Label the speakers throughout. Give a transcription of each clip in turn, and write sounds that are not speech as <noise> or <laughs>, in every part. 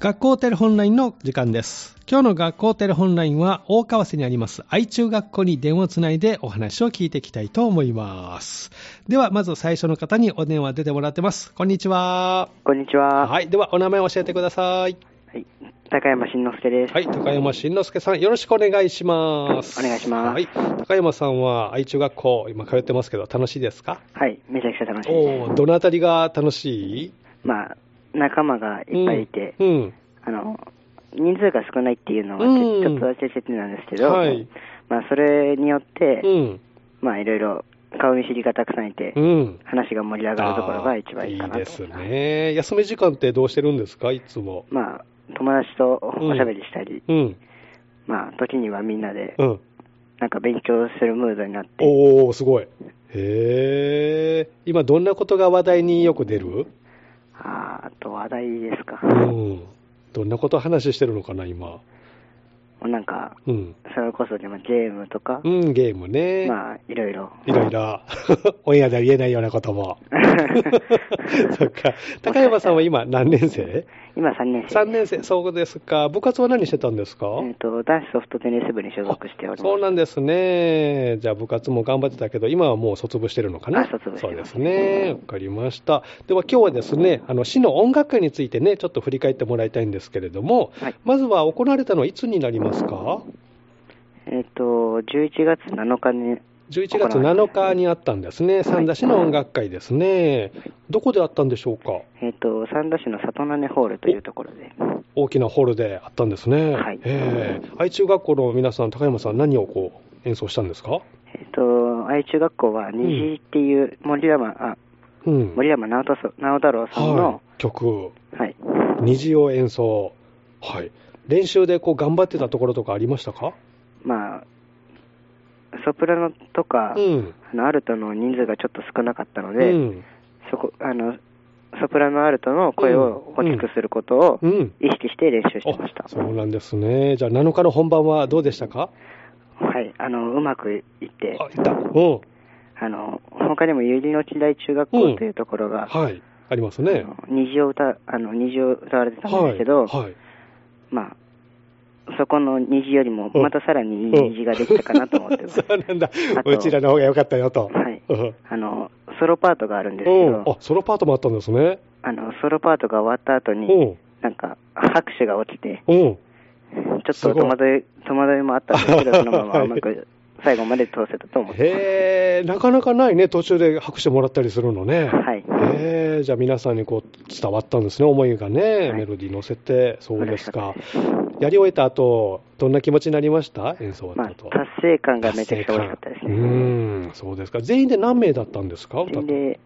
Speaker 1: 学校テレホンラインの時間です。今日の学校テレホンラインは大川瀬にあります愛中学校に電話をつないでお話を聞いていきたいと思います。では、まず最初の方にお電話出てもらってます。こんにちは。
Speaker 2: こんにちは。はい。
Speaker 1: はい。では、お名前を教えてください。
Speaker 2: 高山慎之介です。
Speaker 1: はい。高山慎之介さん、よろしくお願いします。
Speaker 2: お願いします
Speaker 1: はい。高山さんは愛中学校、今通ってますけど、楽しいですか
Speaker 2: はい。めちゃくちゃ楽しいで
Speaker 1: おーどのあたりが楽しい
Speaker 2: す。まあ、仲間がいっぱいいて、
Speaker 1: うん。うん
Speaker 2: あの、人数が少ないっていうのはち
Speaker 1: うん
Speaker 2: ょちょっとだけ説なんですけど、
Speaker 1: はい
Speaker 2: まあ、それによって、
Speaker 1: うん。
Speaker 2: まあ、いろいろ顔見知りがたくさんいて、
Speaker 1: うん。
Speaker 2: 話が盛り上がるところが一番いいかなと。
Speaker 1: あーいです。ね。休み時間ってどうしてるんですか、いつも。
Speaker 2: まあ、友達とおしゃべりしたり、
Speaker 1: うん。
Speaker 2: まあ、時にはみんなで、
Speaker 1: うん。
Speaker 2: なんか勉強するムードになって、
Speaker 1: おー、すごい。へー。今、どんなことが話題によく出る
Speaker 2: あーあと話題ですか。
Speaker 1: うん。どんなこと話してるのかな、今。
Speaker 2: なんか、
Speaker 1: うん。
Speaker 2: それこそでもゲームとか
Speaker 1: う、ん、ゲームね。
Speaker 2: まあ、いろいろ。
Speaker 1: いろいろ。 <laughs> オンエアでは言えないようなこと
Speaker 2: <laughs>
Speaker 1: も。そっか。高山さんは今何年生
Speaker 2: 今3年生です。
Speaker 1: ?3 年生、そうですか。部活は何してたんですか
Speaker 2: えっ、と、男子ソフトテニス部に所属しております。
Speaker 1: そうなんですね。じゃあ部活も頑張ってたけど、今はもう卒部してるのかな
Speaker 2: あ卒部して
Speaker 1: そ
Speaker 2: ま
Speaker 1: う
Speaker 2: す
Speaker 1: ですね。わかりました。では今日はですね、あの、市の音楽会についてね、ちょっと振り返ってもらいたいんですけれども、
Speaker 2: はい
Speaker 1: まずは行われたのはいつになりますか
Speaker 2: えっ、と、11月7日に、
Speaker 1: 11月7日にあったんですね。三田市の音楽会ですね。どこであったんでしょうか
Speaker 2: えっ、と、三田市の里根ホールというところで、
Speaker 1: 大きなホールであったんですね。
Speaker 2: はい
Speaker 1: ええ愛中学校の皆さん、高山さん、何をこう演奏したんですか
Speaker 2: えっ、と、愛中学校は虹っていう森山、あ、
Speaker 1: うん。
Speaker 2: 森山直太直太郎さ
Speaker 1: は
Speaker 2: んの、
Speaker 1: い、曲、
Speaker 2: はい、
Speaker 1: 虹を演奏。はい。練習でこう頑張ってたところとかありましたか
Speaker 2: まあ、ソプラノとか、
Speaker 1: うん。
Speaker 2: あのアルトの人数がちょっと少なかったの
Speaker 1: う
Speaker 2: で、
Speaker 1: ん。
Speaker 2: そこ、あの、ソプラノアルトの声を大きくすることを
Speaker 1: うん。
Speaker 2: 意識して練習してました
Speaker 1: あ。そうなんですね。じゃあ7日の本番はどうでしたか
Speaker 2: はい、あの、うまくいって、
Speaker 1: あ、いった。うん。
Speaker 2: あの、他にも百合野地大中学
Speaker 1: うん
Speaker 2: 校というところが、
Speaker 1: はい。あります
Speaker 2: あ
Speaker 1: ね。
Speaker 2: の虹を歌、あの、虹を歌われてたん
Speaker 1: は
Speaker 2: で
Speaker 1: い。
Speaker 2: すけど、
Speaker 1: はい。
Speaker 2: まあ、そこの虹よりも、
Speaker 1: うん
Speaker 2: またさらにいい虹ができたかなと思って
Speaker 1: うん
Speaker 2: ます。
Speaker 1: <laughs> そうなんだ
Speaker 2: あ。と
Speaker 1: うちらの方が良かったよと。
Speaker 2: はい
Speaker 1: うん
Speaker 2: あの、ソロパートがあるんですけ
Speaker 1: うん。あ
Speaker 2: ど、、
Speaker 1: ソロパートもあったんですね。
Speaker 2: あの、ソロパートが終わった後
Speaker 1: う
Speaker 2: に、
Speaker 1: ん。
Speaker 2: なんか、拍手が起きて、
Speaker 1: うん。
Speaker 2: ちょっ
Speaker 1: すご
Speaker 2: と
Speaker 1: い
Speaker 2: 戸惑い、戸惑いもあったんですけど、そのままうまく最後まで通せたと思ってます。
Speaker 1: へえ、なかなかないね、途中で拍手もらったりするのね。
Speaker 2: はい
Speaker 1: へえ、じゃあ皆さんにこう伝わったんですね、思いがね、
Speaker 2: はい
Speaker 1: メロディー乗せて、そうですか
Speaker 2: 嬉。
Speaker 1: やり終えた後、どんな気持ちになりました演奏終
Speaker 2: ま
Speaker 1: わ
Speaker 2: あ、
Speaker 1: った
Speaker 2: 達
Speaker 1: 後。
Speaker 2: 成感がめちゃくちゃ美味しかったですね。
Speaker 1: うーん、そうですか。全員で何名だったんですか歌っ
Speaker 2: 全
Speaker 1: て
Speaker 2: で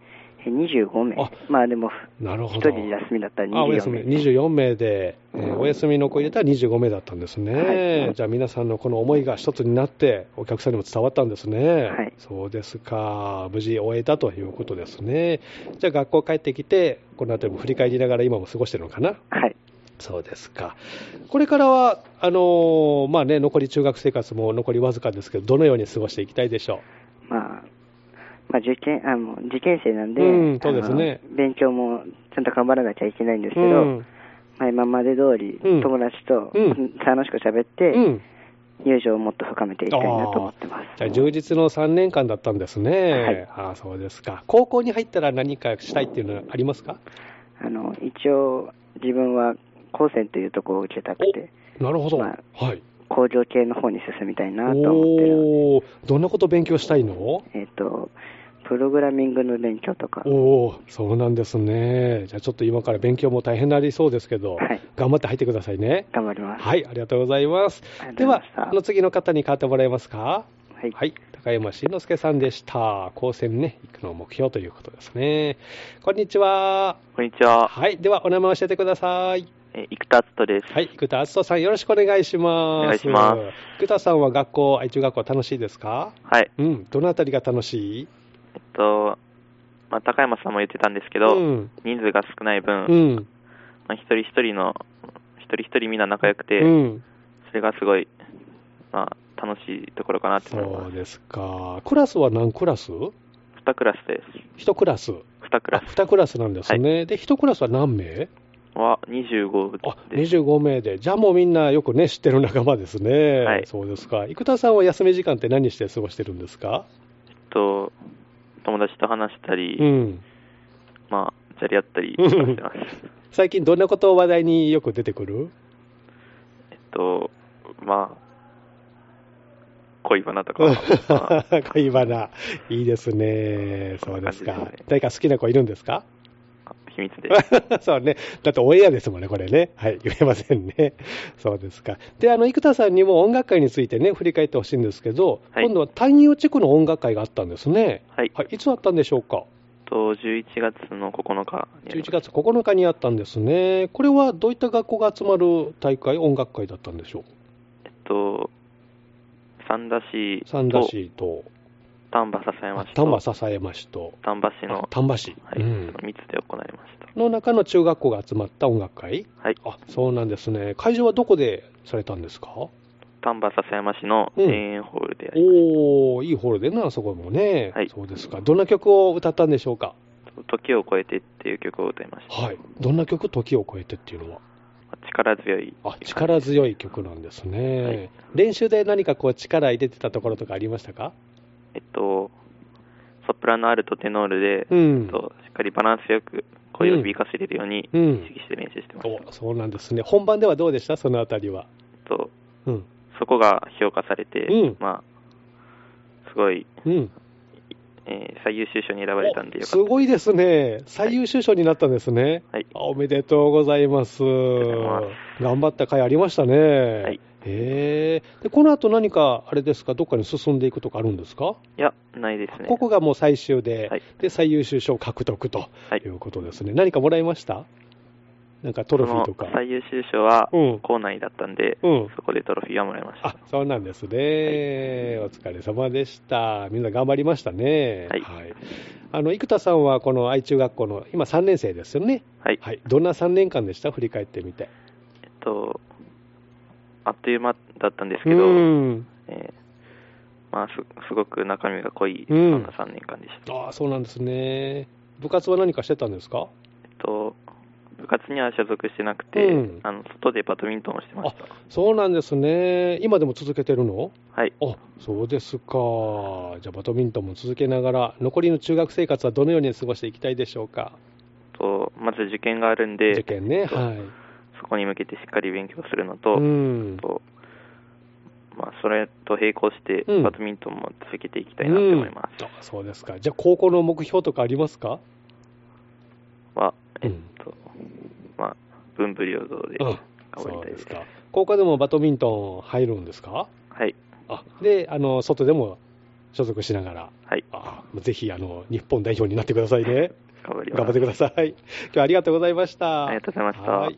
Speaker 2: え25名
Speaker 1: あ
Speaker 2: まあでも
Speaker 1: なるほ
Speaker 2: 1
Speaker 1: ど。
Speaker 2: 人休みだったら
Speaker 1: あお
Speaker 2: 24
Speaker 1: 休み
Speaker 2: 名
Speaker 1: 24名で、えーお休みの子入れたら25名だったんですね、
Speaker 2: はい
Speaker 1: じゃあ皆さんのこの思いが一つになってお客さんにも伝わったんですね、
Speaker 2: はい
Speaker 1: そうですか無事終えたということですねじゃあ学校帰ってきてこの辺りも振り返りながら今も過ごしてるのかな
Speaker 2: はい
Speaker 1: そうですかこれからはあのーまあね残り中学生活も残りわずかですけどどのように過ごしていきたいでしょ
Speaker 2: まあまあ受験あもう受験生なんで、
Speaker 1: うんそうですね
Speaker 2: あの勉強もちゃんと頑張らなきゃいけないんです
Speaker 1: う
Speaker 2: けど、まあ、今まで通り
Speaker 1: うん
Speaker 2: 友達と
Speaker 1: うん
Speaker 2: 楽しく喋って、
Speaker 1: うん
Speaker 2: 友情をもっと深めていきたいなと思ってます
Speaker 1: じゃあ充実の3年間だったんですね。ああそうですか。高校に入ったら何かしたいっていうのはありますか
Speaker 2: あの一応自分は高専というところを受けたくて
Speaker 1: なるほど。
Speaker 2: ま
Speaker 1: はい。
Speaker 2: 工業系の方に進みたいなと思ってるので
Speaker 1: おお、どんなこと勉強したいの
Speaker 2: えっ、とプログラミングの勉強とか
Speaker 1: おお、そうなんですね。じゃあちょっと今から勉強も大変になりそうですけど、
Speaker 2: はい
Speaker 1: 頑張って入ってくださいね。
Speaker 2: 頑張ります
Speaker 1: はい、ありがとうございます。
Speaker 2: ありがと
Speaker 1: で
Speaker 2: うござ
Speaker 1: は
Speaker 2: いました、
Speaker 1: あの次の方に代わってもらえますか
Speaker 2: はい、
Speaker 1: はい、高山慎之介さんでした。高専ね、行くのを目標ということですね。こんにちは。
Speaker 3: こんにちは。
Speaker 1: はい、ではお名前教えてください。
Speaker 3: えー生田篤人です。
Speaker 1: はい、生田篤人さん、よろしくお願いします。。
Speaker 3: お願いします
Speaker 1: 生田さんは学校、愛知学校楽しいですか
Speaker 3: はい。
Speaker 1: うん、どのあたりが楽しい
Speaker 3: えっと、まあ、高山さんも言ってたんですけど、
Speaker 1: うん、
Speaker 3: 人数が少ない分、
Speaker 1: うん、
Speaker 3: まあ、一人一人の、一人一人みんな仲良くて、
Speaker 1: うん。
Speaker 3: それがすごい、まあ、楽しいところかなって思いま
Speaker 1: そう
Speaker 3: す。
Speaker 1: ですか。クラスは何クラス
Speaker 3: 二クラスです。
Speaker 1: 一クラス。
Speaker 3: 二クラス。
Speaker 1: あ二クラスなんですね。で、一クラスは何名
Speaker 3: は25
Speaker 1: あ
Speaker 3: です。
Speaker 1: 25名で、じゃあもうみんなよくね、知ってる仲間ですね、
Speaker 3: はい
Speaker 1: そうですか、生田さんは休み時間って何して過ごしてるんですか、
Speaker 3: と、友達と話したり、
Speaker 1: うん、
Speaker 3: まあ、じゃれ合ったりとかして
Speaker 1: <laughs>
Speaker 3: ます。
Speaker 1: 最近、どんなことを話題によく出てくる
Speaker 3: えっと、まあ、恋バナとか、
Speaker 1: <laughs>
Speaker 3: ま
Speaker 1: 恋バナ、いいですね、そうです
Speaker 3: こんな
Speaker 1: か
Speaker 3: 感じですね、
Speaker 1: 誰か好きな子いるんですか <laughs>
Speaker 3: あ、秘密で。
Speaker 1: そうね、だってオンエアですもんね、これね、はい、言えませんね、そうですか、で、あの生田さんにも音楽会についてね、振り返ってほしいんですけど、
Speaker 3: はい
Speaker 1: 今度は丹陽地区の音楽会があったんですね、
Speaker 3: はい。
Speaker 1: はい、いつあったんでしょうか。
Speaker 3: と、11月の9日にあります
Speaker 1: 11月9日にあったんですね、これはどういった学校が集まる大会、音楽会だったんでしょ
Speaker 3: えっと、三田市
Speaker 1: う、三田
Speaker 3: と
Speaker 1: 市と
Speaker 3: 丹波篠山市
Speaker 1: 丹波
Speaker 3: と
Speaker 1: 篠山市と
Speaker 3: 丹波市
Speaker 1: あ
Speaker 3: の、
Speaker 1: 丹波市、
Speaker 3: はい、
Speaker 1: うん
Speaker 3: その3つで行いました。
Speaker 1: の中の中学校が集まった音楽会、
Speaker 3: はい、
Speaker 1: あそうなんですね、会場はどこでされたんですか、
Speaker 3: 丹波篠山市の
Speaker 1: うん
Speaker 3: 田園ホールでやりまし
Speaker 1: おー、いいホールでな、そこもね、
Speaker 3: はい
Speaker 1: そうですか、どんな曲を歌ったんでしょうか、
Speaker 3: た。時を超えてっていう曲を歌いました。
Speaker 1: はい、どんな曲、時を超えてっていうのは、
Speaker 3: 力強い。
Speaker 1: あ力強い曲なんですね、
Speaker 3: はい
Speaker 1: 練習で何かこう力入れてたところとかありましたか、
Speaker 3: えっと、ソプラノ、アルト、テノールで、
Speaker 1: うん
Speaker 3: えっとしっかりバランスよく声を響かせれるように
Speaker 1: う
Speaker 3: 意
Speaker 1: ん
Speaker 3: 識して練習してました。え
Speaker 1: おそうなんですね、本番ではどうでした、そのあたりは。
Speaker 3: っと、
Speaker 1: うん、
Speaker 3: そこが評価されて、
Speaker 1: うん
Speaker 3: まあ、すごい、
Speaker 1: うん、
Speaker 3: えー最優秀賞に選ばれたんでよ
Speaker 1: お
Speaker 3: か
Speaker 1: す
Speaker 3: っ
Speaker 1: ごいですね、最優秀賞になったんですね、
Speaker 3: た。はい。
Speaker 1: あおめでとうございます、
Speaker 3: とうございま
Speaker 1: 頑張った回ありましたね、
Speaker 3: はい
Speaker 1: へえでこの後何か、あれですか、どっかに進んでいくとかあるんですか、
Speaker 3: いや、ないですね。
Speaker 1: ここがもう最終で,、
Speaker 3: はい
Speaker 1: で、最優秀賞獲得と
Speaker 3: はい
Speaker 1: いうことですね、何かもらいましたなんかトロフィーとか
Speaker 3: その。最優秀賞は
Speaker 1: うん
Speaker 3: 校内だったんで、
Speaker 1: うん
Speaker 3: そこでトロフィーはもらいました。
Speaker 1: あそうなんですね、お疲れ様でした、みんな頑張りましたね、
Speaker 3: はい
Speaker 1: あの生田さんはこの愛中学校の今、3年生ですよね、
Speaker 3: はい、
Speaker 1: はい、どんな3年間でした、振り返ってみて。
Speaker 3: えっと、あっという間だったんです
Speaker 1: う
Speaker 3: けど、
Speaker 1: ん
Speaker 3: えーまあ、すすごく中身が濃い、
Speaker 1: うん
Speaker 3: そんな3年間でした。
Speaker 1: ああそうなんですね、部活は何かしてたんですか
Speaker 3: えっと、部活には所属してなくて、
Speaker 1: うん
Speaker 3: あの外でバドミントンをしてました。
Speaker 1: そうなんですね、今でも続けてるの
Speaker 3: はい、
Speaker 1: あそうですか、じゃあ、バドミントンも続けながら、残りの中学生活はどのように過ごしていきたいでしょうか、
Speaker 3: とまず受験があるん
Speaker 1: 受
Speaker 3: で、
Speaker 1: 験ね、
Speaker 3: そう
Speaker 1: はい。
Speaker 3: そこに向けてしっかり勉強するのと、
Speaker 1: うん
Speaker 3: とまあ、それと並行して、
Speaker 1: うん
Speaker 3: バドミントンも続けていきたいなと思いま
Speaker 1: う
Speaker 3: す。
Speaker 1: んあそうですか。じゃあ、高校の目標とかありますか
Speaker 3: は、
Speaker 1: う
Speaker 3: え
Speaker 1: ん
Speaker 3: っと、まあ、文武両道で
Speaker 1: うん
Speaker 3: 頑張り
Speaker 1: そう
Speaker 3: た
Speaker 1: で
Speaker 3: いですす。
Speaker 1: か。高校でもバドミントン入るんですか
Speaker 3: はい、
Speaker 1: あで、あの外でも所属しながら、
Speaker 3: はい、
Speaker 1: あぜひあの日本代表になってくださいね。
Speaker 3: 頑張ります。
Speaker 1: 頑張ってください。今日はありがとうございました。
Speaker 3: ありがとうございました
Speaker 1: はい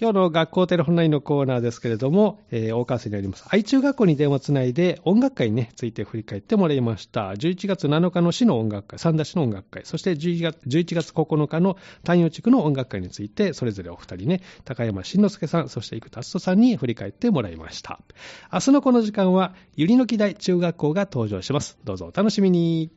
Speaker 1: 今日の学校テレホンラインのコーナーですけれども、えー大川市にあります愛中学校に電話つないで音楽会に、ね、ついて振り返ってもらいました11月7日の市の音楽会三田市の音楽会そして11月 ,11 月9日の丹陽地区の音楽会についてそれぞれお二人ね高山慎之介さんそして生田篤人さんに振り返ってもらいました明日のこの時間はゆりの木台中学校が登場しますどうぞお楽しみに